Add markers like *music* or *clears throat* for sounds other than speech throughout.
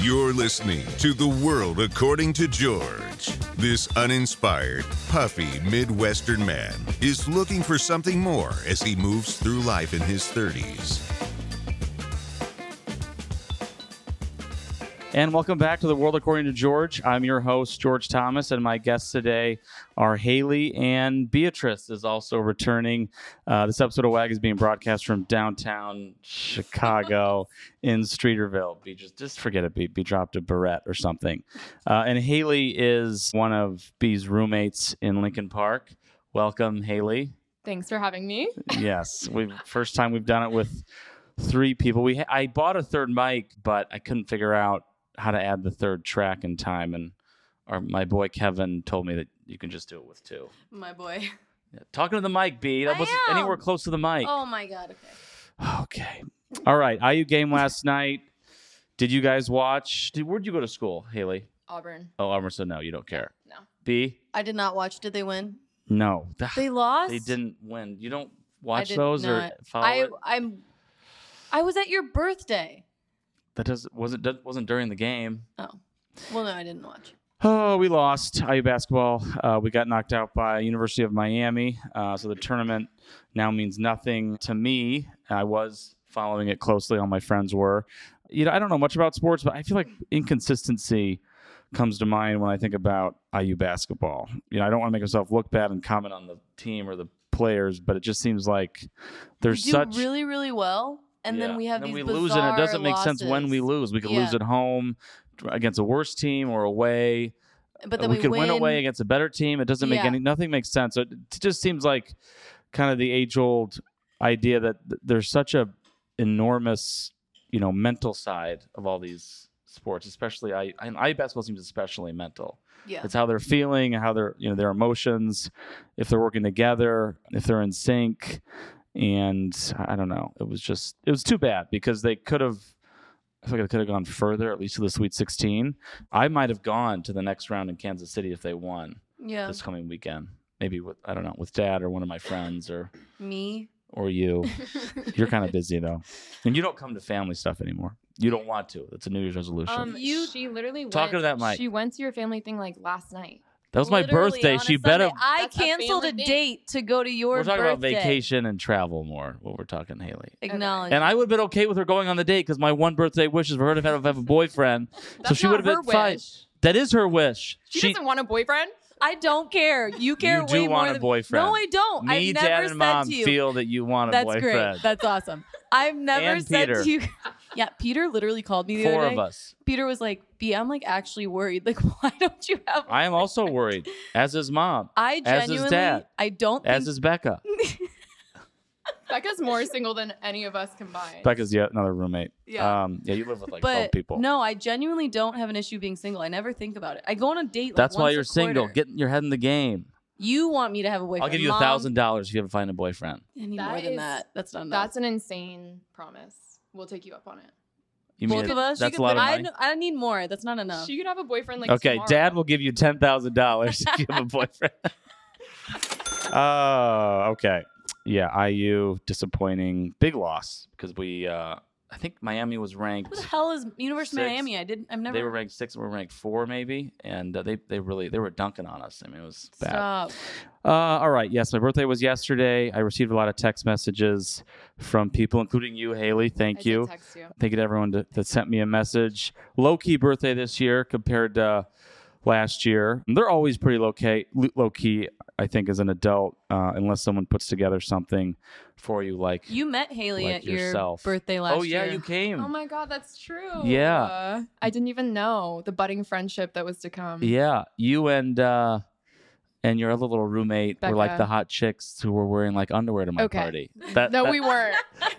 You're listening to The World According to George. This uninspired, puffy Midwestern man is looking for something more as he moves through life in his 30s. And welcome back to the world according to George. I'm your host George Thomas, and my guests today are Haley and Beatrice is also returning. Uh, this episode of WAG is being broadcast from downtown Chicago in Streeterville. Be just, just forget it. Be, be dropped a barrette or something. Uh, and Haley is one of Bee's roommates in Lincoln Park. Welcome, Haley. Thanks for having me. Yes, we first time we've done it with three people. We ha- I bought a third mic, but I couldn't figure out how to add the third track in time and our, my boy Kevin told me that you can just do it with two. My boy. *laughs* Yeah, Talking to the mic, B. That I wasn't am. anywhere close to the mic. Oh my god. Okay. Okay. All right. IU game last night. Did you guys watch? Did, where'd you go to school, Haley? Auburn. Oh, Elmer said no. You don't care. No. B. I did not watch. Did they win? No. They lost. They didn't win. You don't watch did those not. or follow I it. I'm I was at your birthday. That doesn't wasn't that wasn't during the game. Well, no, I didn't watch. Oh, we lost IU basketball. Uh, we got knocked out by University of Miami. Uh, so the tournament now means nothing to me. I was following it closely. All my friends were. You know, I don't know much about sports, but I feel like inconsistency comes to mind when I think about IU basketball. You know, I don't want to make myself look bad and comment on the team or the players, but it just seems like there's we do such really, really well, and yeah. then we have then we these lose and it bizarre doesn't make sense when we lose. losses. We could lose Yeah. at home against a worse team or away But we, then could win. away against a better team. It doesn't make Yeah. any nothing makes sense. So It, it just seems like kind of the age old idea that th- there's such a enormous, you know, mental side of all these sports, especially I and I basketball seems especially mental. Yeah, It's how they're feeling, how they're you know their emotions, if they're working together, if they're in sync, and I don't know. It was just it was too bad because they could have. I feel like they could have gone further, at least to the Sweet 16. I might have gone to the next round in Kansas City if they won yeah. this coming weekend. Maybe with I don't know with Dad or one of my friends or Me, or *laughs* you. You're kind of busy though, and you don't come to family stuff anymore. You don't want to. It's a New Year's resolution. um You- she literally Talking to went, that mic. She went to your family thing like last night. that was my Literally birthday. on She a better. Sunday, I That's a canceled a family thing. date to go to your. We're talking about birthday. vacation and travel more. What we're talking, Haley. Acknowledge. And I would have been okay with her going on the date because my one birthday wish is for her to have, have a *laughs* boyfriend. so That's she not would have her been fine. wish. That is her wish. She, doesn't want a boyfriend. I don't care. You care you way do more want a than boyfriend. No, I don't. Me, I've never dad, said and mom to you. feel that you want a That's boyfriend. great. That's awesome. I've never And said Peter. to you. *laughs* Yeah, Peter literally called me the Four other day. of us. Peter was like, "B, I'm like actually worried. Like, *laughs* why don't you have?" I am also *laughs* worried, as is mom, I As his genuinely, dad. I don't as think is Becca. Becca's more single than any of us combined. Becca's yet another roommate. Yeah. Um, yeah, you live with like *laughs* but 12 people. no, I genuinely don't have an issue being single. I never think about it. I go on a date. Like That's why once a you're single. quarter. Getting your head in the game. you want me to have a boyfriend. I'll give you a Mom, thousand dollars if you ever find a boyfriend. I need That more than is- that. That's not enough. That's an insane promise. We'll take you up on it. You both mean of us. you that's could- a lot of I money. kn- I, need more. That's not enough. She could have a boyfriend like okay, tomorrow. dad will give you ten thousand dollars if you have a *laughs* boyfriend. Oh, okay. Yeah, IU disappointing. Big loss because we uh I think Miami was ranked Who the hell is University Six. of Miami? I didn't. I've never. they were ranked 6, we were ranked 4 maybe, and uh, they they really they were dunking on us. I mean, it was bad. Stop. Uh, all right. Yes, my birthday was yesterday. I received a lot of text messages from people, including you, Haley. I Thank did you. text you. Thank you to everyone that, that sent me a message. Low key birthday this year compared to last year. And They're always pretty low key, low key I think, as an adult, uh, unless someone puts together something for you. Like, You met Haley Like at yourself. your birthday last oh, yeah, year. you came. Oh my god, that's true. Yeah. Uh, I didn't even know the budding friendship that was to come. yeah. You and, uh, and your other little roommate were like Becca. the hot chicks who were wearing like underwear to my Okay. *laughs* party. That, No, that- *laughs* we weren't.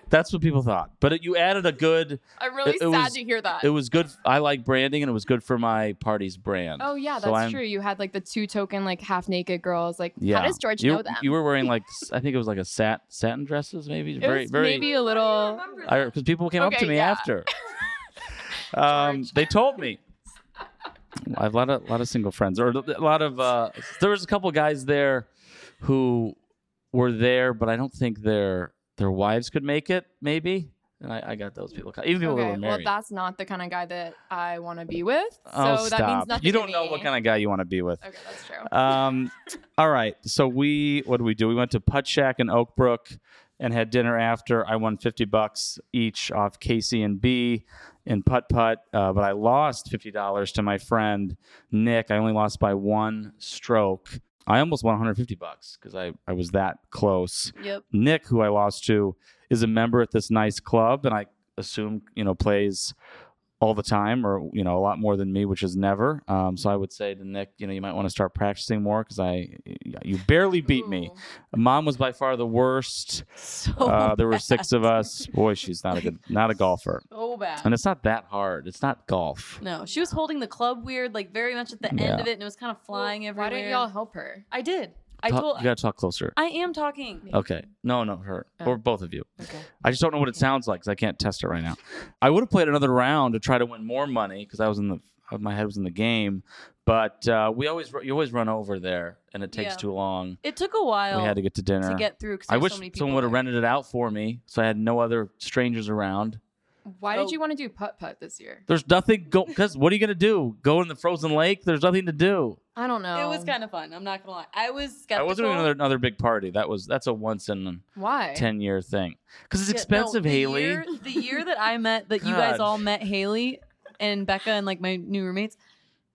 that's what people thought. But it, you added a good, I'm really It- it sad was- to hear that. it was good. I like branding and it was good for my party's brand. Oh yeah, So that's I'm- true. You had like the two token like half naked girls. Like Yeah. how does George you, know them? You were *laughs* wearing like s- I think it was like a sat satin dresses maybe. it very was very maybe a little. because people came up to Okay, me yeah. *laughs* after. um, George. they told me. I have a lot of lot of single friends, or a lot of uh, there was a couple guys there who were there, but I don't think their their wives could make it. Maybe And I, I got those people. Even people that were Okay, well, married. that's not the kind of guy that I want to be with. So oh, that stop. means nothing. you don't know what kind of guy you want to be with. of. Okay, that's true. Um, all right. So we, what did we do? We went to Putt Shack in Oak Brook and had dinner after. I won 50 bucks each off Casey and B in Putt Putt, uh, but I lost $50 to my friend Nick. I only lost by one stroke. I almost won 150 bucks because I, I was that close. Yep. Nick, who I lost to, is a member at this nice club, and I assume you know plays all the time, or you know a lot more than me, which is never. Um, so I would say to Nick, you know, you might want to start practicing more because I, you barely beat me. Ooh. Mom was by far the *laughs* worst. So Uh, there were bad. six of us. Boy, she's not a good, not a golfer, So bad. and it's not that hard. It's not golf. No, she was holding the club weird, like very much at the Yeah. end of it, and it was kind of flying Well, everywhere. Why didn't y'all help her? I did. I Talk- told. you gotta talk closer. I am talking. Okay. No, no, her Oh. or both of you. Okay. I just don't know what it sounds like because I can't test it right now. I would have played another round to try to win more money because I was in the uh, my head was in the game, but uh, we always ru- you always run over there and it takes Yeah. too long. It took a while we had to get to dinner. to get through. 'cause I there's wish so many people someone would have there. rented it out for me so I had no other strangers around. Why Oh. did you want to do putt putt this year? There's nothing go because what are you gonna do? Go in the frozen lake? There's nothing to do. I don't know. It was kind of fun. I'm not gonna lie. I was I skeptical. wasn't doing another another big party. That was that's a once in Why? ten year thing because it's Yeah, no, expensive, the Haley. year- the year that I met, that you guys God. all met Haley and Becca and like my new roommates,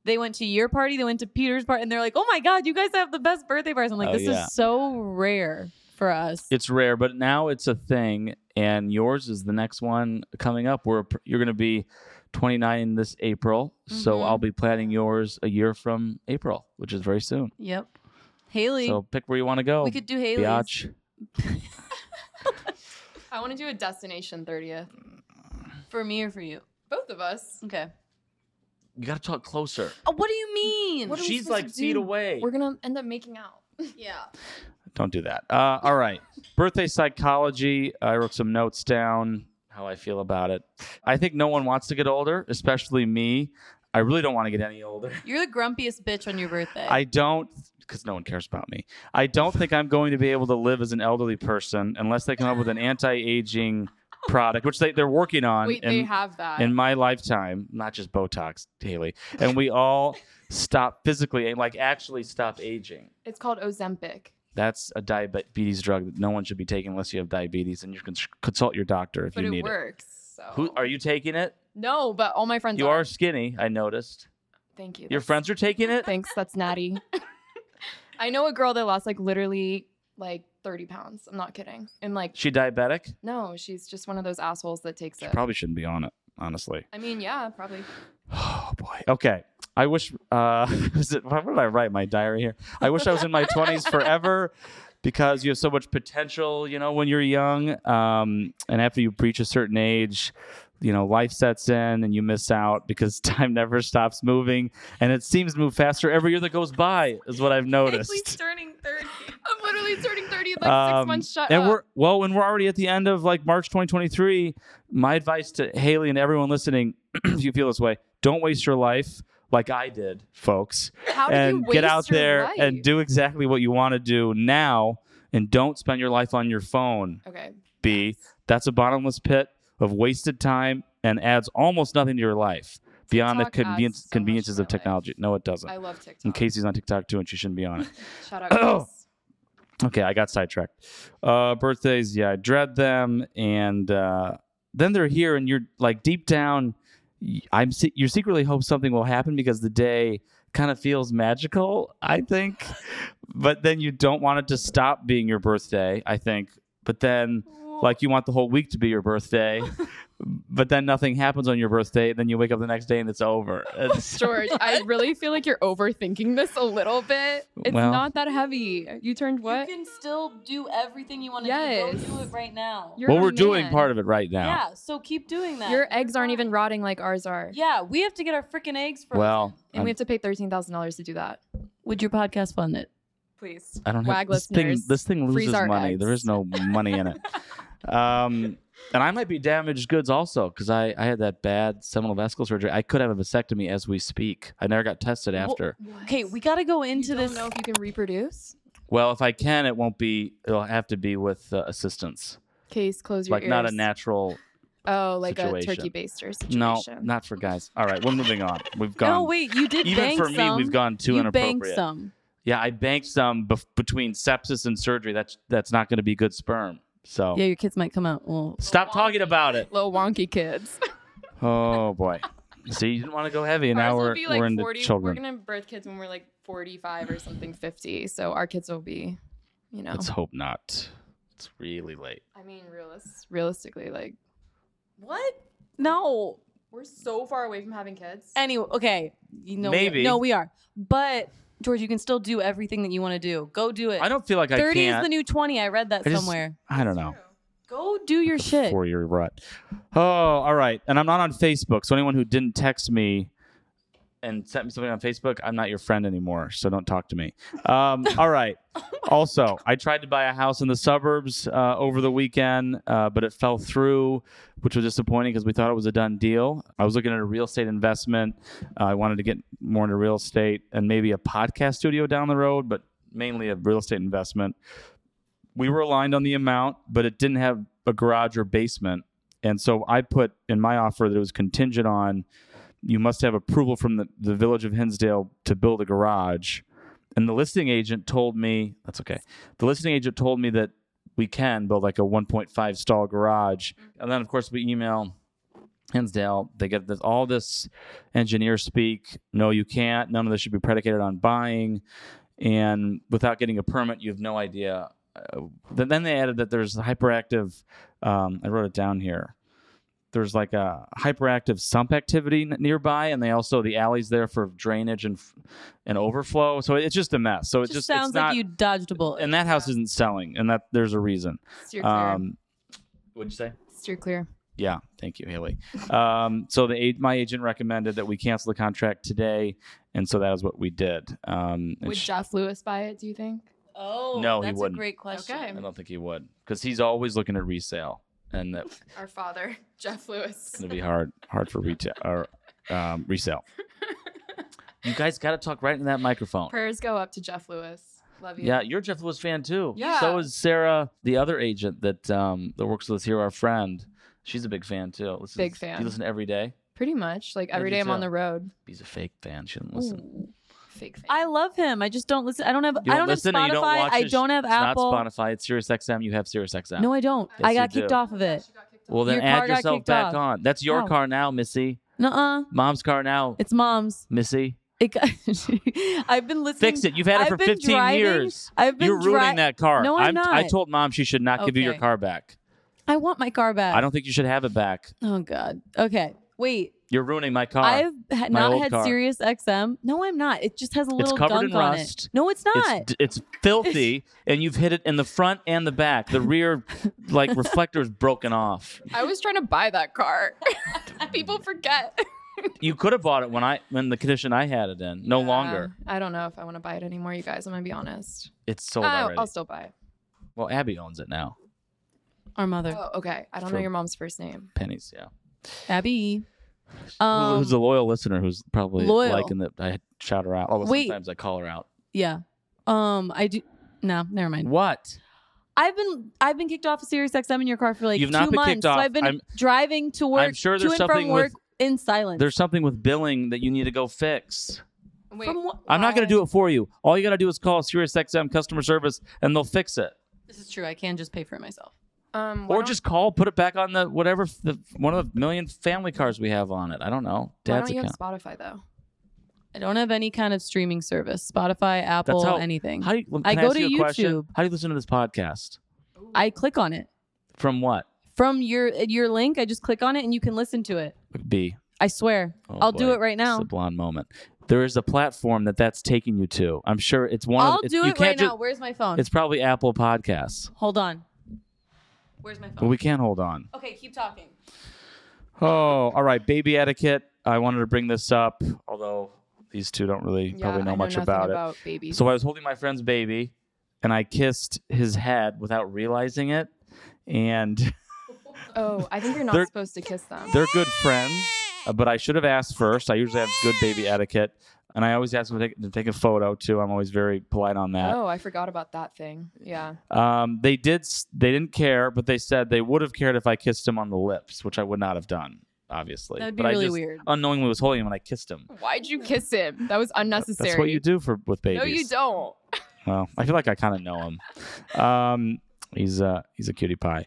they went to your party, they went to Peter's party, and they're like, "Oh my god, you guys have the best birthday parties!" I'm like, Oh, "This yeah. is so rare for us." it's rare, but now it's a thing. And yours is the next one coming up. Where you're going to be 29 this April, so Mhm. Mm-hmm. I'll be planning yours a year from April, which is very soon. yep, Haley. So pick where you want to go. we could do Haley's. Biatch. I want to do a destination 30th. For me or for you? Both of us. Okay. You got to talk closer. Uh, Oh, what do you mean? What are we She's supposed like to feet do? away. We're gonna end up making out. yeah. Don't do that. Uh, all right. Birthday psychology. I wrote some notes down how I feel about it. I think no one wants to get older, especially me. I really don't want to get any older. You're the grumpiest bitch on your birthday. I don't, because no one cares about me. I don't think I'm going to be able to live as an elderly person unless they come up with an anti-aging product, which they, they're working on Wait, they in, have that. in my lifetime, not just Botox, Haley. And we all stop physically, like actually stop aging. it's called Ozempic. That's a diabetes drug that no one should be taking unless you have diabetes, and you can s- consult your doctor if But you it need it. works. So. Who are you taking it? No, but all my friends You are. are skinny. I noticed. Thank you. Your that's- friends are taking it. Thanks. That's natty. *laughs* I know a girl that lost like literally like 30 pounds. I'm not kidding. And like, She diabetic. no, she's just one of those assholes that takes She it. probably shouldn't be on it, honestly. I mean, yeah, probably. Oh boy. Okay. I wish. Uh, *laughs* was it, why would I write my diary here? I wish I was in my *laughs* twenties forever, because you have so much potential. You know, when you're young, um, and after you reach a certain age, you know, life sets in and you miss out because *laughs* time never stops moving, and it seems to move faster every year that goes by. Is what I've noticed. turning 30. I'm literally turning 30 in like six Um, months. Shut and up. we're well, when we're already at the end of like March 2023, my advice to Haley and everyone listening, *clears throat* if you feel this way, don't waste your life like I did, folks, How did you and waste get out your there life? and do exactly what you want to do now, and don't spend your life on your phone. Okay. B, that's a bottomless pit of wasted time and adds almost nothing to your life beyond the TikTok adds convenience, so much to conveniences my of technology. No, it doesn't. I love and TikTok. Casey's on TikTok too, and she shouldn't be on it. *coughs* Shout out. Oh. Chris. Okay, I got sidetracked. Uh, birthdays, yeah, I dread them, and uh, then they're here, and you're like deep down, y- I'm se- you secretly hope something will happen because the day kind of feels magical, I think, *laughs* but then you don't want it to stop being your birthday, I think, but then like you want the whole week to be your *laughs* birthday, but then nothing happens on your birthday, then you wake up the next day and it's *laughs* over. It's- George, I really feel like you're overthinking this a little bit. It's Well- not that heavy. You turned what? You can still do everything you want to Yes. do. Go do it right now. You're well, a we're doing man. part of it right now. yeah, so keep doing that. Your eggs aren't even rotting like ours are. Yeah, we have to get our freaking eggs frozen. Well, And I'm- we have to pay thirteen thousand dollars to do that. would your podcast fund it? Please. I don't have Wag this thing. listeners, This thing freeze loses our money. There eggs. is no money in it. Um, and I might be damaged goods also because I, I had that bad seminal vascular surgery. I could have a vasectomy as we speak. I never got tested Well- after. Okay, we got to go into you don't this. know if you can reproduce. Well, if I can, it won't be. It'll have to be with uh, assistance, Case, close your like ears. not a natural Oh, like a Situation. turkey baster situation. No, not for guys. All right, we're moving on. We've gone. No, wait, you did even bang for me, some. we've gone too you inappropriate. banged some. Yeah, I banked some bef- between sepsis and surgery. That's that's not going to be good sperm. So Yeah, your kids might come out. Well, stop talking about it. Little *laughs* wonky kids. Oh boy. See, you didn't want to go heavy, and Ours now will we're be like we're into 40 We're children. gonna birth kids when we're like 45 or something, 50. So our kids will be, you know. Let's hope not. It's really late. I mean, realist, realistically, like what? no. We're so far away from having kids. Anyway, okay. You know, we- Maybe. no, we are. But George, you can still do everything that you want to do. Go do it. I don't feel like I 30 is can't. the new 20. I read that I just- somewhere. I don't know. Go do your shit. Four year rut. Oh, all right. And I'm not on Facebook, so anyone who didn't text me and sent me something on Facebook, I'm not your friend anymore. So don't talk to me. Um, all right. also, I tried to buy a house in the suburbs uh, over the weekend, uh, but it fell through, which was disappointing because we thought it was a done deal. I was looking at a real estate investment. Uh, I wanted to get more into real estate and maybe a podcast studio down the road, but mainly a real estate investment we were aligned on the amount, but it didn't have a garage or basement. And so I put in my offer that it was contingent on you must have approval from the, the village of Hinsdale to build a garage. And the listing agent told me that's okay. The listing agent told me that we can build like a 1.5 stall garage. Mm-hmm. And then, of course, we email Hinsdale. They get this, all this engineer speak. No, you can't. None of this should be predicated on buying. And without getting a permit, you have no idea Uh, then then they added that there's hyperactive um, i wrote it down here there's like a hyperactive sump activity n- nearby and they also the alleys there for drainage and f- and overflow so it's just a mess so it Just, just, sounds it's not, like you dodged a bullet. and that house isn't selling and that there's a reason Steer clear. um what'd you say Steer clear. yeah, thank you, Haley. Um, *laughs* so the a- my agent recommended that we cancel the contract today, and so that is what we did. Um, and Would sh- Jeff Lewis buy it? Do you think? oh, No, he that's a wouldn't. great question. Okay. I don't think he would because he's always looking at resale, and that Our father, *laughs* Jeff Lewis. It's gonna be hard, hard for retail or um, resale. You guys got to talk right in that microphone. Prayers go up to Jeff Lewis. Love you. Yeah, you're a Jeff Lewis fan too. Yeah. So is Sarah, the other agent that um, that works with us here, our friend. She's a big fan too. Listens, Big Do fan. you listen every day? Pretty much. Like I every do day I'm on too. the road. He's a fake fan. She doesn't listen. Fake fan. I love him. I just don't listen. I don't have. You I don't listen. have and you Spotify. don't watch I his- don't have it's Apple. Not Spotify. It's Sirius XM. You have Sirius XM. No, I don't. Yes, I you got kicked do. off of it. well, then your car add got yourself kicked back off. on. That's your No. car now, Missy. Nuh-uh. Mom's car now, It's mom's. Missy. It got, *laughs* I've been listening. Fix it. You've had it I've for been 15 driving. years. I've been You're ruining dri- that car. No, I'm I not. told mom she should not give you your Okay. car back. I want my car back. I don't think you should have it back. Oh God. Okay. Wait. You're ruining my car. I've ha- My not old had car. Sirius XM. No, I'm not. It just has a little covered gunk in on rust. it. No, it's not. it's, d- it's filthy, and you've hit it in the front and the back. The *laughs* rear, like reflector, is broken off. I was trying to buy that *laughs* car. People forget. You could have bought it when I, when the condition I had it in. No Yeah. longer. I don't know if I want to buy it anymore, you guys. I'm gonna be honest. It's Oh, sold I- already. I'll still buy it. well, Abby owns it now. Our mother, Oh, okay. I don't know For- your mom's first name. Pennies, yeah. Abby. Who- Um, who's a loyal listener? Who's probably Loyal. liking that? I shout her out. Although Wait. sometimes I call her out. yeah. Um, I do. No, never mind. What? I've been I've been kicked off of Sirius XM in your car for like You've two not been months. kicked So off. I've been I'm- driving to work I'm sure to there's and something from work with in silence. there's something with billing that you need to go fix. Wait, From what- I'm not going to do it for you. All you got to do is call SiriusXM customer service and they'll fix it. This is true. I can just pay for it myself. um, why Or don't- just call, put it back on the whatever f- the one of the million family cars we have on it. I don't know. why Dad's don't you account. have Spotify though? I don't have any kind of streaming service. Spotify, Apple, how- anything. How do you, can I go ask you to a Question? YouTube. How do you listen to this podcast? I click on it. From what? From your your link, I just click on it and you can listen to it. B. I swear. Oh, I'll do boy. it right now. It's a blonde moment. There is a platform that that's taking you to. I'm sure it's one I'll of it's, do you it can't right ju- now. Where's my phone? It's probably Apple Podcasts. Hold on. Where's my But phone? we can't hold on. okay, keep talking. Oh, all right. Baby etiquette. I wanted to bring this up, although these two don't really probably know, I much nothing about, about babies. So I was holding my friend's baby and I kissed his head without realizing it. And *laughs* oh, I think you're They're- not supposed to kiss them. they're good friends, uh, but I should have asked first. I usually have good baby etiquette. And I always ask them to take, to take a photo too. I'm always very polite on that. Oh, I forgot about that thing. Yeah. Um, they did. s- They didn't care, but they said they would have cared if I kissed him on the lips, which I would not have done, obviously. That'd be but I really just weird. Unknowingly was holding him when I kissed him. Why'd you kiss him? That was unnecessary. That's what you do for with babies. No, you don't. Well, I feel like I kind of know him. Um, he's uh, he's a cutie pie.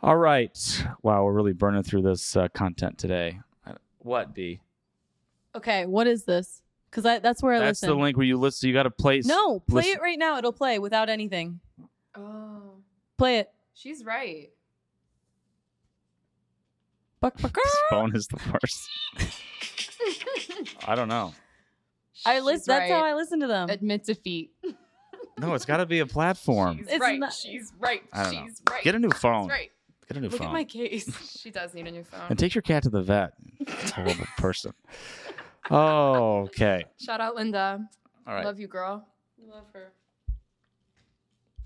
All right. Wow, we're really burning through this uh, content today. Uh, What B? Okay, what is this? Because that's where I That's listen. the link where you list. You got to place. No, play listen. it right now. It'll play without anything. Oh, Play it. she's right. Buck, buck, This ah. phone is the worst. I don't know. I list. That's how I listen to them. admit defeat. No, it's got to be a platform. She's It's right. not- She's right. I don't know. She's right. Get a new phone. She's right. Get a new Look phone. at my case. *laughs* She does need a new phone. and take your cat to the vet. Horrible person. *laughs* Oh, okay. Shout out Linda. All right. Love you, girl. Love her.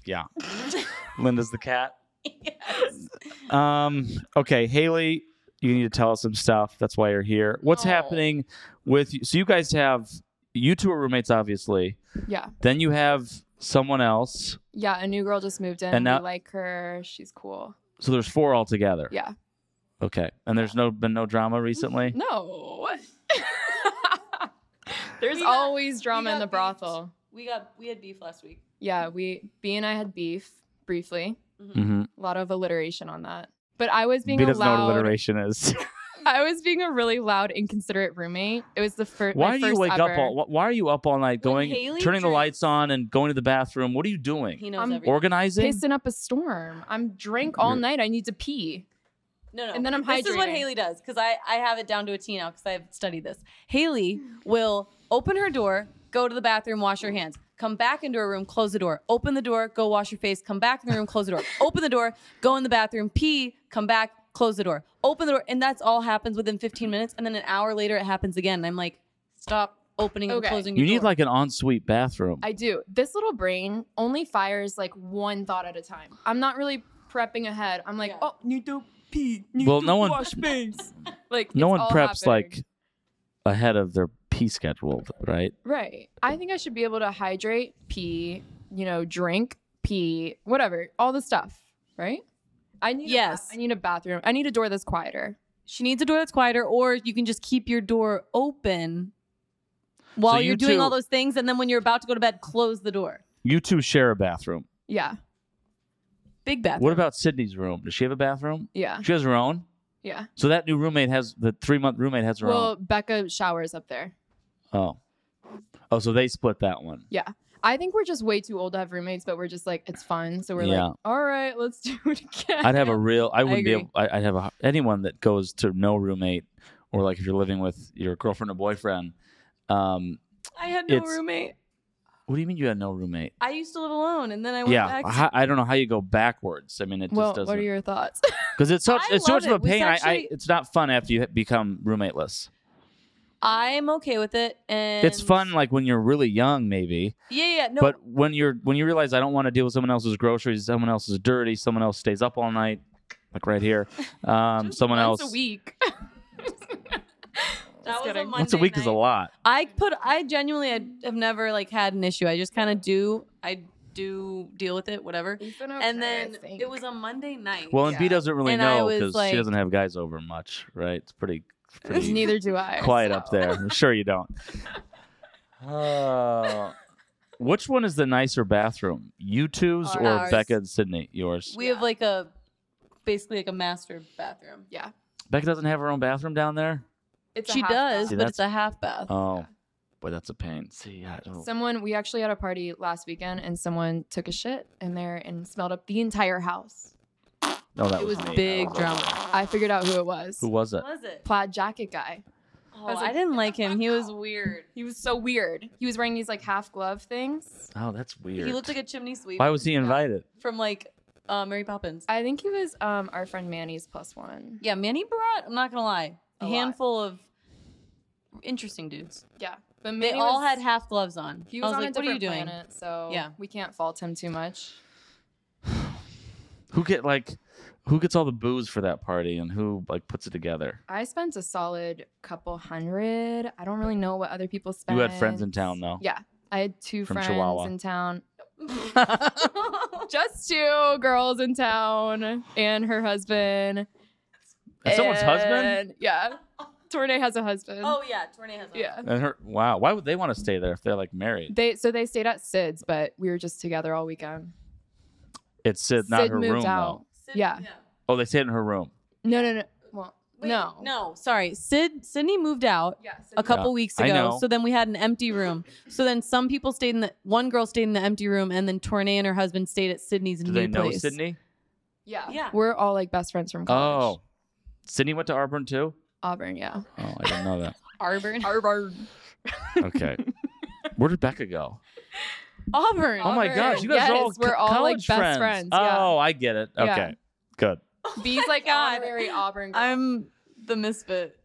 Yeah. *laughs* Linda's the cat. Yes. Um, okay, Haley, you need to tell us some stuff. That's why you're here. What's Oh. happening with you? So you guys have you two are roommates, obviously. Yeah. Then you have someone else. Yeah. A new girl just moved in. And now- we like her. She's cool. So there's four altogether. Yeah. Mm-hmm. Okay. And there's no been no drama recently. *laughs* No. There's We got- always drama we in the got brothel. We got we had beef last week. Yeah, we B and I had beef briefly. Mm-hmm. A lot of alliteration on that. But I was being B a doesn't know what loud. alliteration *laughs* is. I was being a really loud, inconsiderate roommate. It was the fir- my why first. do you wake ever. up all? wh- Why are you up all night When going, Haley turning the drinks- lights on and going to the bathroom? What are you doing? He knows I'm everything. Organizing. Pissing up a storm. I'm drunk all You're- night. I need to pee. No, no. And then I'm This is what hydrating. Haley does because I, I have it down to a T now because I've studied this. Haley will open her door, go to the bathroom, wash her hands, come back into her room, close the door, open the door, go wash your face, come back in the room, close *laughs* the door, open the door, go in the bathroom, pee, come back, close the door, open the door, and that's all happens within 15 minutes. And then an hour later, it happens again. And I'm like, stop opening and Okay. closing. you your need door. like an ensuite bathroom. I do. This little brain only fires like one thought at a time. I'm not really prepping ahead. I'm like, Yeah. oh, need to pee. Need Well, to no one- wash *laughs* face. like no it's one all preps happening. like ahead of their pee schedule, right? Right. I think I should be able to hydrate, pee, you know, drink, pee, whatever, all the stuff, right? I need A Yes. ba- I need a bathroom. I need a door that's quieter. She needs a door that's quieter, or you can just keep your door open while you you're doing two- all those things. And then when you're about to go to bed, close the door. You two share a bathroom. Yeah. Big bathroom. What about Sydney's room? Does she have a bathroom? Uh-huh. Yeah. She has her own. Yeah. So that new roommate has the three month roommate has her Well, Becca showers up there. own. Oh. Oh, so they split that *laughs* one. I think we're just way too old to have roommates, but we're just like it's fun, so we're Yeah. like, all right, let's do it again. I'd have a real. I wouldn't be. agree. Able, I- I'd have a, anyone that goes to no roommate, or like if you're living with your girlfriend or boyfriend. Um, I had no It's- roommate. what do you mean you had no roommate? I used to live alone, and then I went Yeah, back. to- I, I don't know how you go backwards. I mean, it well, just what are doesn't your *laughs* thoughts? because it's such I it's too love much of a it. We pain. I, I actually- it's not fun after you become roommateless. I'm okay with it, and It's fun like when you're really young, maybe. yeah, yeah, no, But when you're when you realize I don't want to deal with someone else's groceries, someone else is dirty, someone else stays up all night, like right *laughs* here. Um, Just someone once else. a week. that was a kidding. Monday Once a week is a night. lot. I put. I genuinely had, have never like had an issue. I just kind of do. I do deal with it, whatever. We've been and okay, I then think. it *laughs* was a Monday night. Well, and B Yeah. doesn't really And I know was because like- she doesn't have guys over much, right? It's pretty, pretty neither do I. quiet so- up there. I'm sure you *laughs* don't. Uh, which one is the nicer bathroom, you two's or Ours. Becca and Sydney? Yours. we Yeah. have like a basically like a master bathroom. Yeah. Becca doesn't have her own bathroom down there. It's a she half does, See, but it's a half bath. Oh, boy, that's a pain. See, I oh, don't. Someone we actually had a party last weekend and someone took a shit in there and smelled up the entire house. no, that it was me. I big over there. drama. I figured out who it was. Who was it? was it? Plaid jacket guy. Oh, was I like, didn't like him. He *laughs* was weird. He was so weird. He was wearing these like half glove things. Oh, that's weird. He looked like a chimney sweep Why was he invited? from like uh, Mary Poppins. I think he was um our friend Manny's plus one. Yeah, Manny brought. I'm not gonna lie, a, A lot. handful of interesting dudes. Yeah. But They Manny all was- had half gloves on. he I was, was on like, a "What different are you doing?" planet, so Yeah. we can't fault him too much. Who get like? who gets all the booze for that party and who like puts it together? I spent a solid couple hundred. I don't really know what other people spent. You had friends in town though. Yeah. I had two From friends Chihuahua. in town. *laughs* Just two girls in town and her husband. And someone's husband? And- Yeah. Tournay has a husband. oh yeah, Tornay has. one. yeah. And her wow, why would they want to stay there if they're like married? They so they stayed at Sid's, but we were just together all weekend. It's Sid, not Sid her moved room out. Sid- Yeah. though. Oh, they stayed in her room. No, no, no. Well, Wait, no. No, sorry. Sid Sydney moved out Yeah, a couple weeks I ago. know. So then we had an empty room. so then some people stayed in the one girl stayed in the empty room and then Tornay and her husband stayed at Sydney's Do new they know place. Sydney? Yeah. Yeah. We're all like best friends from college. Oh. Sydney went to Auburn too? Auburn, yeah. Oh, I didn't know that. Auburn. Auburn. *laughs* *laughs* Okay. Where did Becca go? Auburn. Oh my Auburn. gosh, you guys are all Yes, we're co- all, like, college best friends. friends, yeah. Oh, I get it. Okay. Yeah. Good. B's like God. honorary Auburn. Girl. I'm the misfit.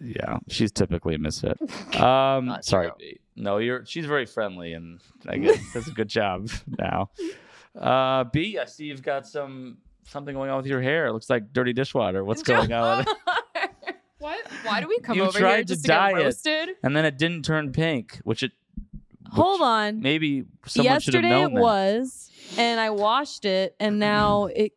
Yeah, she's typically a *laughs* misfit. Um, Not sorry, true. B. no, you're. She's very friendly, and I guess that's a good job now. Uh, B, I see you've got some something going on with your hair. It looks like dirty dishwater. *laughs* What's going on? with it? What? Why do we come You over tried here to just to, diet. get roasted? And then it didn't turn pink, which it Hold on. maybe someone should have Yesterday it known that. was, and I washed it, and now it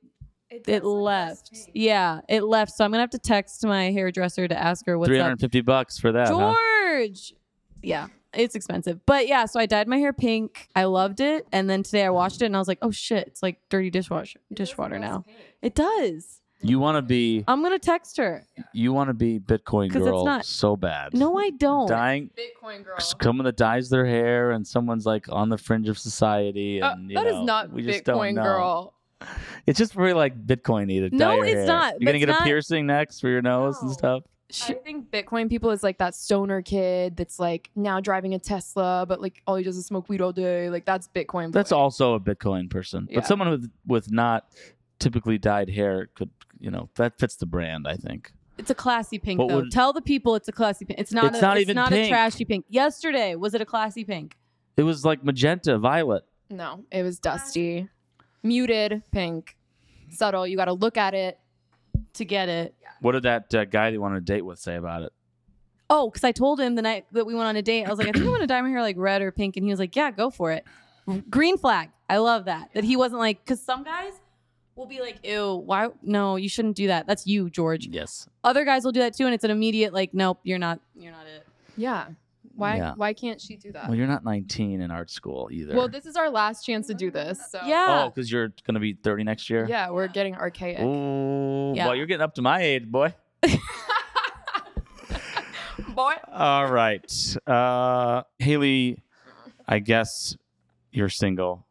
it left. Yeah, it left. So I'm gonna have to text my hairdresser to ask her what's Three up. hundred fifty bucks for that. huh? George. Yeah, it's expensive, but yeah. So I dyed my hair pink. I loved it, and then today I washed it, and I was like, oh shit, it's like dirty dishwasher dishwater now. It does. You want to be I'm gonna text her. you want to be Bitcoin Uh, 'Cause it's girl not- so bad. No, I don't. dying. Bitcoin girl. Uh, Someone that dyes their hair, and someone's like on the fringe of society. Uh, And, you that is know, not we just don't Bitcoin know. girl. It's just very like Bitcoin y to No, dye your it's hair. not, but You're gonna it's get not- a piercing next for your nose No. and stuff. I think Bitcoin people is like that stoner kid that's like now driving a Tesla, but like all he does is smoke weed all day. Like that's Bitcoin. That's boy. also a Bitcoin person, Yeah. but someone with with not typically dyed hair could, you know, that fits the brand. I think. It's a classy pink What though. would- Tell the people it's a classy pink. It's not. It's a, not it's even not a pink. trashy pink. Yesterday was it a classy pink? It was like magenta, violet. No, it was dusty, muted, pink, subtle. You got to look at it. to get it. What did that uh, guy you wanted to date with say about it? Oh, because I told him the night that we went on a date, I was like, I think I want to dye my hair like red or pink, and he was like, Yeah, go for it. Green flag. I love that. That he wasn't like, because some guys will be like, Ew, why? No, you shouldn't do that. That's you, George. Yes. Other guys will do that too, and it's an immediate like, Nope, you're not, you're not it. Yeah. Why? Yeah. Why can't she do that? Well, you're not 19 in art school either. Well, this is our last chance to do this. So Yeah. Oh, because you're gonna be 30 next year. yeah, we're getting archaic. Ooh. Yeah. Well, you're getting up to my age, boy. Boy, All right. Uh, Haley, I guess you're single.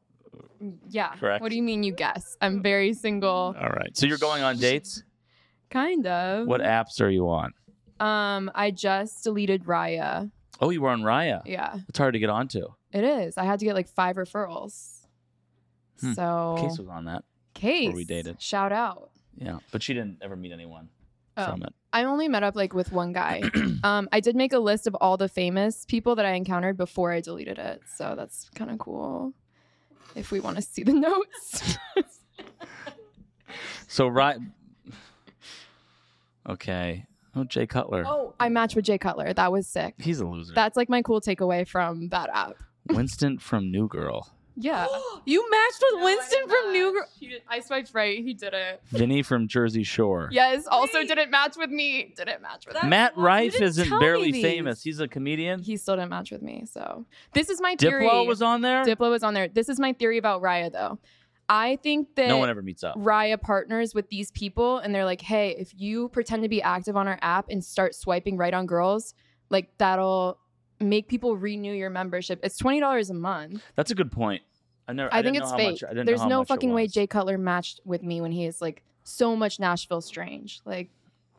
yeah. Correct. What do you mean you guess? I'm very single, All right. So you're going on dates? kind of. What apps are you on? Um, I just deleted Raya. Oh, you were on Raya. Yeah, It's hard to get onto. it is. I had to get like five referrals. Hmm. So Case was on that. Case, we dated. Shout out. Yeah. But she didn't ever meet anyone Oh. from it. I only met up like with *clears throat* one guy. um, I did make a list of all the famous people that I encountered before I deleted it, so that's kind of cool. If we want to see *laughs* the *laughs* notes, So, Raya. Okay. Oh, Jay Cutler. oh, I matched with Jay Cutler. That was sick. He's a loser. *laughs* That's like my cool takeaway from that app. Winston from New *laughs* Girl. Yeah. *gasps* you matched with Winston from New Girl. I swiped right. He didn't. Vinny from Jersey Shore. Yes. Also, Wait. didn't match with me. Didn't match with That- me. Matt You Rife didn't isn't tell me barely these. famous. He's a comedian. He still didn't match with me. So this is my theory. Diplo was on there. Diplo was on there. This is my theory about Raya, though. I think that no one ever meets up. Raya partners with these people, and they're like, "Hey, if you pretend to be active on our app and start swiping right on girls, like that'll." Make people renew your membership. It's twenty dollars a month. That's a good point. I never. I, didn't think know it's how fake. Much, I didn't know There's how no much it fucking way was. Jay Cutler matched with me when he is like so much Nashville strange. Like,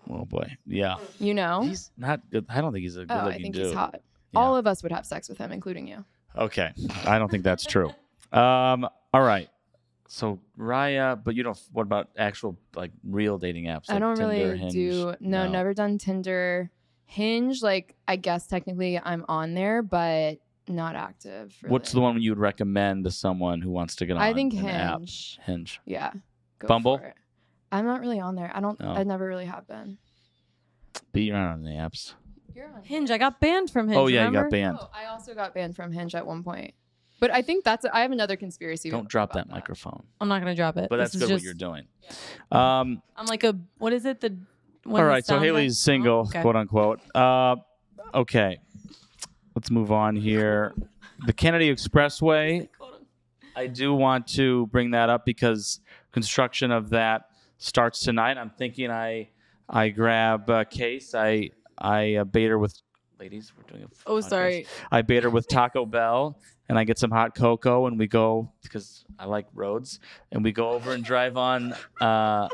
Oh boy. Yeah. you know? He's not good. I don't think he's a good oh, I looking think dude. he's hot. Yeah. All of us would have sex with him, including you. Okay. I don't think that's true. Um. All right. So Raya, but you don't. What about actual like real dating apps? I like don't Tinder, really Hinge? do no, never done Tinder. Hinge, like I guess technically I'm on there, but not active. Really. What's the one you would recommend to someone who wants to get on? I think an app? Hinge. Hinge. Yeah. Go Bumble? for it. I'm not really on there. I don't. No. I never really have been. But you're not on the apps. You're on Hinge. I got banned from Hinge. oh yeah, you remember? got banned. Oh, I also got banned from Hinge at one point. But I think that's. I have another conspiracy. Don't drop about that microphone. I'm not gonna drop it. But This that's is good what just, you're doing. Um, I'm like a what is it? The Oh, all right, so Haley's single, Okay. quote unquote. Uh, okay, let's move on here. The Kennedy Expressway. I do want to bring that up because construction of that starts tonight. I'm thinking I I grab uh, Case. I I uh, bait her with ladies. We're doing. A Oh podcast. sorry. I bait her with Taco Bell and I get some hot cocoa and we go because I like roads and we go over and drive on uh,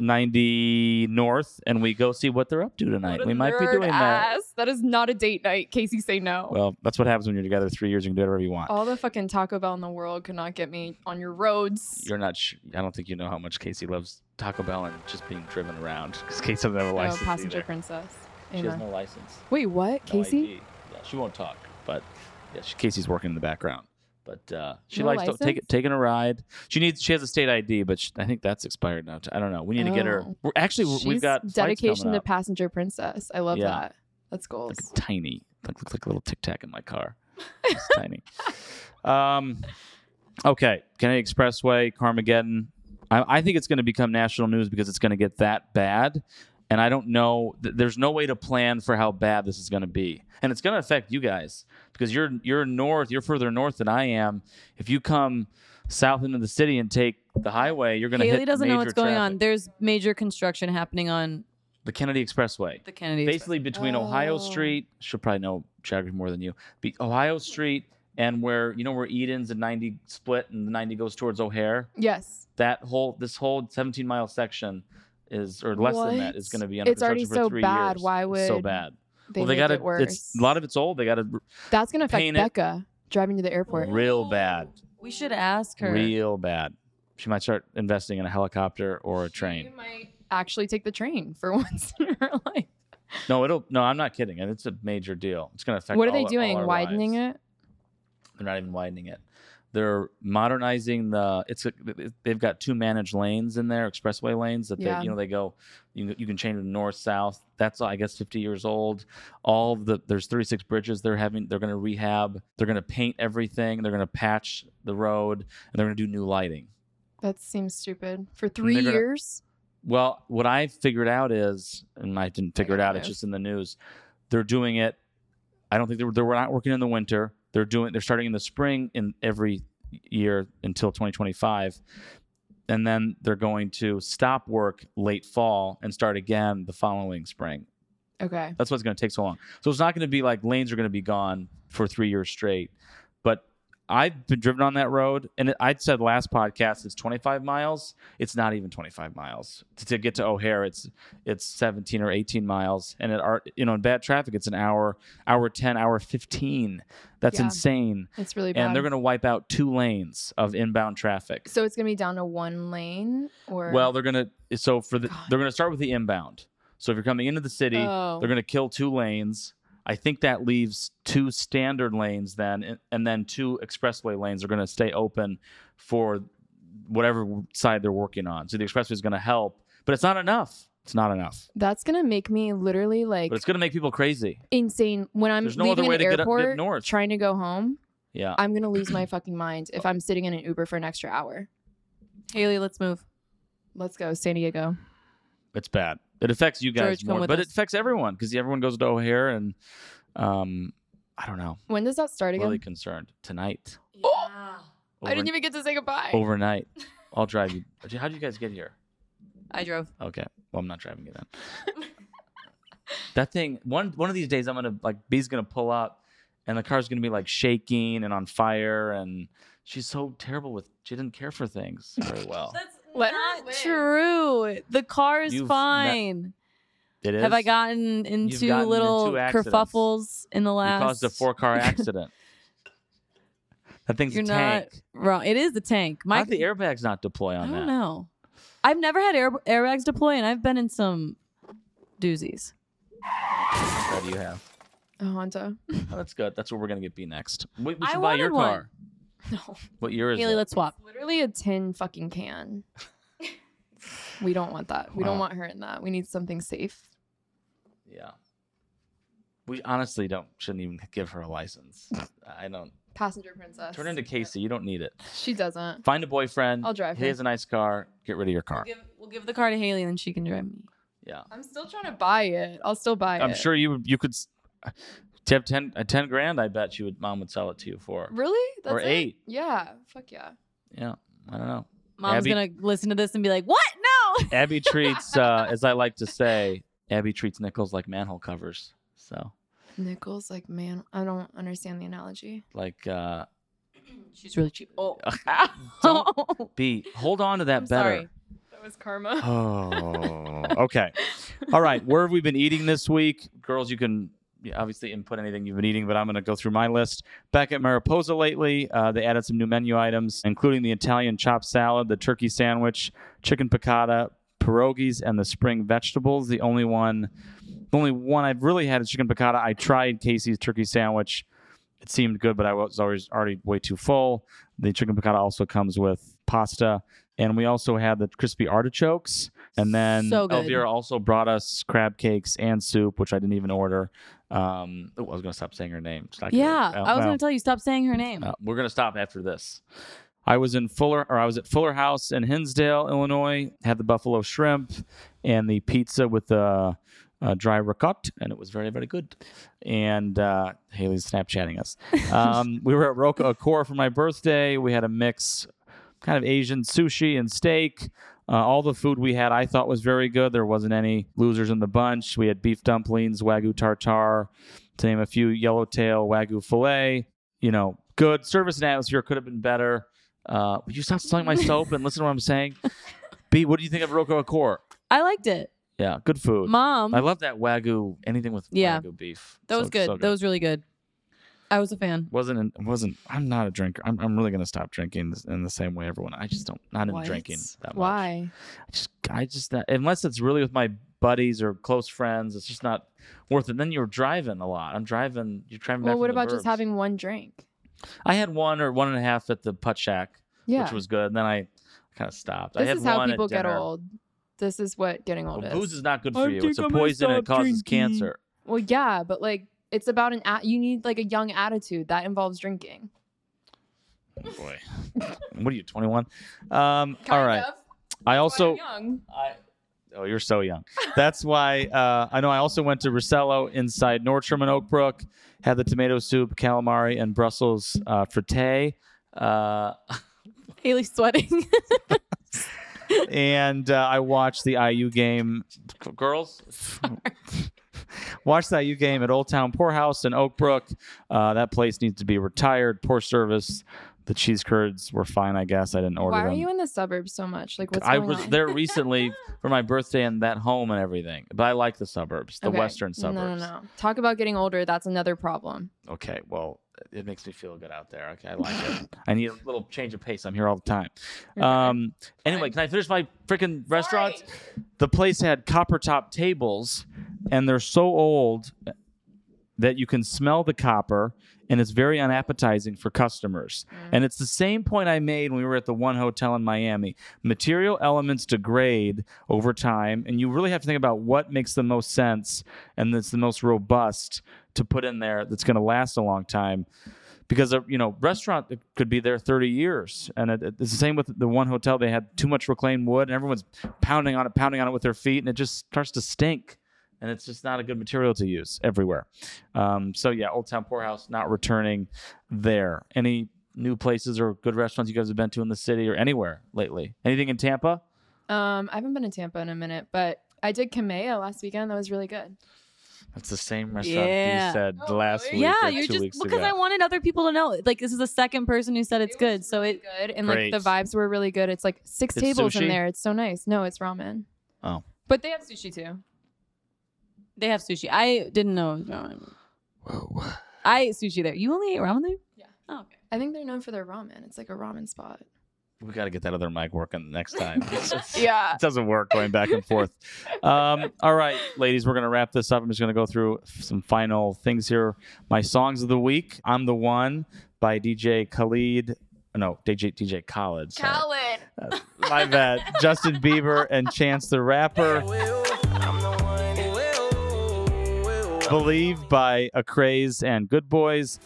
90 North and we go see what they're up to tonight. What a We might be nerd doing that. ass. That is not a date night. Casey, say no. Well, that's what happens when you're together three years. You can do whatever you want. All the fucking Taco Bell in the world could not get me on your roads. You're not. Sh- I don't think you know how much Casey loves Taco Bell and just being driven around because Casey doesn't have a Oh, license. passenger either. princess. She has Amen. no license. Wait, what, no Casey? ID. Yeah, she won't talk, but yeah, she, Casey's working in the background. But uh, she No likes to take, license? taking a ride. She needs. She has a state ID, but she, I think that's expired now. T- I don't know. We need to get her. Oh. We're, actually, we're- we've She's got flights dedication coming to up. passenger princess. I love Yeah. that. That's goals. Like it's tiny, like looks like a little tic tac in my *laughs* car. It's tiny. Um, okay, Kennedy Expressway, Carmageddon. I, I think it's going to become national news because it's going to get that bad, and I don't know. Th- there's no way to plan for how bad this is going to be, and it's going to affect you guys because you're you're north, you're further north than I am. If you come south into the city and take the highway, you're going to hit. Haley doesn't know major what's going on. traffic. There's major construction happening on The Kennedy Expressway the Kennedy. basically between Ohio Oh. Street. She'll probably know geography more than you. Be Ohio Street and where you know where Eden's and 90 split and the 90 goes towards O'Hare. Yes. That whole this whole 17 mile section is or less than that is What? going to be under It's already construction for so three bad. years. Why It's so would bad? They well, they make got it worse. It's a lot of it's old. They got to That's gonna affect paint it. Becca driving to the airport. real bad, We should ask her. real bad. She might start investing in a helicopter or a You train. might actually take the train for *laughs* once in her life. No, it'll. No, I'm not kidding. And it's a major deal. It's going to affect. what are all they our- all doing? our Widening lives. it? They're not even widening it. They're modernizing the. It's a, they've got two managed lanes in there, expressway lanes that Yeah. they you know they go. You, you can change them north south. That's I guess 50 years old. All of the there's 36 bridges they're having. They're going to rehab. They're going to paint everything. They're going to patch the road and they're going to do new lighting. That seems stupid. For three gonna- years? Well, what I figured out is, and I didn't figure it don't out. It's know. just in the news. They're doing it. I don't think they were, they were not working in the winter. They're doing. They're starting in the spring in every year until 2025, and then they're going to stop work late fall and start again the following spring. Okay. That's what's going to take so long. So it's not going to be like lanes are going to be gone for three years straight. But I've been driven on that road, and it, I said last podcast it's 25 miles. It's not even 25 miles to, to get to O'Hare. It's it's 17 or 18 miles, and it are you know in bad traffic it's an hour, hour 10, hour 15. That's Yeah. insane. It's really bad. And they're going to wipe out two lanes of inbound traffic. so it's gonna be down to one lane or Well, they're gonna so for the God. they're gonna start with the inbound. So if you're coming into the city, Oh. they're gonna kill two lanes. I think that leaves two standard lanes then, and- and then two expressway lanes are gonna stay open for whatever side they're working on. So the expressway is gonna help, but it's not enough. It's not enough. that's gonna make me literally like But it's gonna make people crazy. insane. When I'm There's no other leaving way an to get up- get airport north. trying to go home, Yeah. I'm gonna lose my fucking mind if I'm sitting in an Uber for an extra hour. Haley, let's move. Let's go, San Diego. It's bad. It affects you guys George, come more, with but us. it affects everyone because everyone goes to O'Hare and um I don't know. When does that start again? Really concerned tonight. Oh! I didn't Over- even get to say goodbye. overnight. I'll drive you. How would you guys get here? I drove. Okay. Well, I'm not driving you then. that thing. One one of these days, I'm gonna like B's gonna pull up, and the car's gonna be like shaking and on fire, and she's so terrible with. She didn't care for things very *laughs* well. That's Let her not win. true. The car is You've met- fine. It is. Have I gotten into gotten into little accidents. kerfuffles in the You last? caused a four *laughs* car accident. that thing's You're a not tank. wrong. It is the tank. How My, did the airbags not deploy I on that? don't know. I've never had air, airbags deploy, and I've been in some *laughs* doozies. How do you have? A Honda. Oh, that's good. That's what we're gonna get. B next. We, we I should buy your wanted one. car. No. What year is Haley, it? let's swap. *laughs* Literally a tin fucking can. We don't want that. We don't Wow. want her in that. We need something safe. Yeah. We honestly don't shouldn't even give her a license. I don't Passenger princess. turn into Casey. You don't need it. She doesn't. Find a boyfriend. I'll drive her. Here's a nice car. Get rid of your car. We'll give, we'll give the car to Haley and then she can drive me. Yeah. I'm still trying to buy it. I'll still buy it. I'm sure you you could s- to have 10, uh, 10 grand. I bet you would mom would sell it to you for. Really? Or it? eight. Yeah. Fuck yeah. Yeah. I don't know. Mom's Abby- gonna listen to this and be like, "What? No!" *laughs* Abby treats, uh, as I like to say, Abby treats nickels like manhole covers. So Nickels, like man, I don't understand the analogy. like uh, She's really cheap. Oh, *laughs* Don't- B, hold on to that I'm better. sorry. That was karma. Oh, okay. All right. Where have we been eating this week? Girls, you can yeah, obviously input anything you've been eating, but I'm going to go through my list. Back at Mariposa lately, uh, they added some new menu items, including the Italian chopped salad, the turkey sandwich, chicken piccata, pierogies, and the spring vegetables. The only one, the only one I've really had is chicken piccata. I tried Casey's turkey sandwich. It seemed good, but I was always already way too full. The chicken piccata also comes with pasta, and we also had the crispy artichokes. And then So good. Elvira also brought us crab cakes and soup, which I didn't even order. Um, oh, I was going to stop saying her name. It's not good. Yeah, Uh, I was well, gonna tell you stop saying her name. uh, we're gonna stop after this. I was in Fuller, or I was at Fuller House in Hinsdale, Illinois. Had the buffalo shrimp and the pizza with the uh, dry ricotta, and it was very, very good. And uh, Haley's Snapchatting us. Um, we were at Roca Accor for my birthday. We had a mix, kind of Asian sushi and steak. Uh, all the food we had, I thought was very good. There wasn't any losers in the bunch. We had beef dumplings, wagyu tartare, to name a few, yellowtail, wagyu fillet you know, good service and atmosphere could have been better. Uh, would you stop selling my soap and listen to what I'm saying? B, what do you think of Roko Accor? I liked it, Yeah, good food. Mom. I love that wagyu. Anything with Yeah. wagyu beef. that So- was good. so That was really good. I was *laughs* a fan. wasn't an, wasn't. I'm not a drinker. I'm, I'm really gonna stop drinking this- in the same way everyone. I just don't not into What? drinking that much. Why? I just I just not, unless it's really with my buddies or close friends, it's just not worth it. Then you're driving a lot. I'm driving. You're driving. back Well, from what the about just burbs. having one drink? I had one or one and a half at the putt shack. Yeah. which was good. And then I kind of stopped. I this had is how one at people get dinner. old. This is what getting Well, old is. booze is not good I for you. think It's a I'm gonna poison. and It stop causes drinking. cancer. well, yeah, but like it's about an at- you need like a young attitude that involves drinking. Oh, boy, *laughs* what are you? Twenty one. Um, all right. I also. young. I, oh, you're so young. That's why uh, I know. I also went to Rosello inside Nordstrom and Oak Brook. Had the tomato soup, calamari, and Brussels uh, frittata. Uh, Haley's sweating. *laughs* and uh, I watched the IU game. Girls, *laughs* watched the IU game at Old Town Poorhouse in Oak Brook. Uh, that place needs to be retired. Poor service. The cheese curds were fine, I guess. I didn't order Why them. are you in the suburbs so much? Like what's I going was on? there recently for my birthday and that home and everything. But I like the suburbs, the Okay. western suburbs. No, no, no. Talk about getting older. That's another problem. Okay, well, it makes me feel good out there. Okay, I like it. I need a little change of pace. I'm here all the time. Um, anyway, can I finish my freaking restaurant? The place had copper top tables, and they're so old that you can smell the copper, and it's very unappetizing for customers. And it's the same point I made when we were at the one hotel in Miami. Material elements degrade over time, and you really have to think about what makes the most sense and that's the most robust to put in there that's going to last a long time because a you know restaurant that could be there 30 years and it, it's the same with the one hotel they had too much reclaimed wood and everyone's pounding on it pounding on it with their feet and it just starts to stink and it's just not a good material to use everywhere um, so yeah old town poorhouse not returning there any new places or good restaurants you guys have been to in the city or anywhere lately anything in tampa Um, I haven't been in Tampa in a minute, but I did Kamea last weekend. That was really good. that's the same restaurant Yeah. you said last really? week yeah, or you're two just weeks because ago. I wanted other people to know. Like this is the second person who said it's It good, was so really it. good and Great. like the vibes were really good. It's like six It's tables sushi? in there. It's so nice. No, it's ramen. Oh. But they have sushi too. They have sushi. I didn't know. it was ramen. I ate sushi there. You only ate ramen there. Yeah. Oh, okay. I think they're known for their ramen. It's like a ramen spot. we got to get that other mic working next *laughs* *laughs* time Yeah. it doesn't work going back and forth. Um, all right, ladies, we're going to wrap this up. I'm just going to go through some final things here. My songs of the week I'm the One by DJ Khalid no, DJ, DJ Khaled. sorry. Uh, Khaled. My bad. Justin Bieber and Chance the Rapper. Believe by Acraze and Good Boys.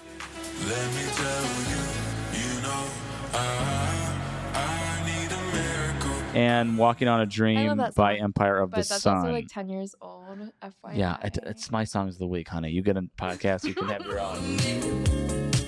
Let me tell you, you know, I, I need a miracle. and Walking on a Dream that by song, Empire of But the that's Sun. also like 10 years old. FYI. yeah, it, it's my songs of the week, honey. You get a podcast, you can have your own.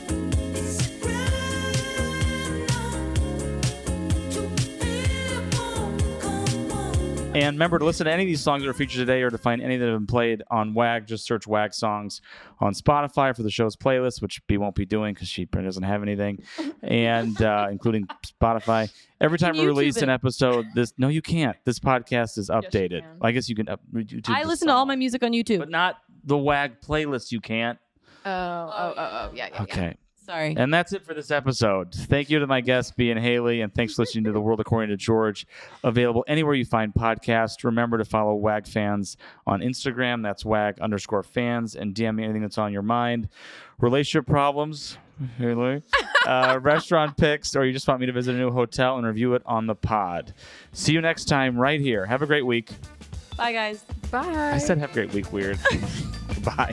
And remember to listen to any of these songs that are featured today or to find any that have been played on WAG. Just search WAG songs on Spotify for the show's playlist, which B won't be doing because she probably doesn't have anything, and *laughs* uh, including Spotify. Every time we YouTube release an it. episode, this no, you can't. This podcast is you updated. can. I guess you can up, YouTube. I the listen to all song, my music on YouTube. but not the WAG playlist. You can't. Oh, oh, oh, oh. Yeah, yeah. Okay. Sorry. And that's it for this episode. Thank you to my guests, B and Haley, and thanks for listening to The World According to George, available anywhere you find podcasts. Remember to follow WAG fans on Instagram. That's WAG underscore fans. And DM me anything that's on your mind. Relationship problems, Haley, uh, restaurant picks, or you just want me to visit a new hotel and review it on the pod. See you next time right here. Have a great week. Bye, guys. yeah. Bye. I said have a great week, weird. Bye.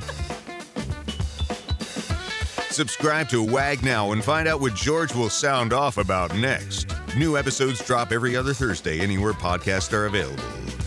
Subscribe to WAG now and find out what George will sound off about next. New episodes drop every other Thursday anywhere podcasts are available.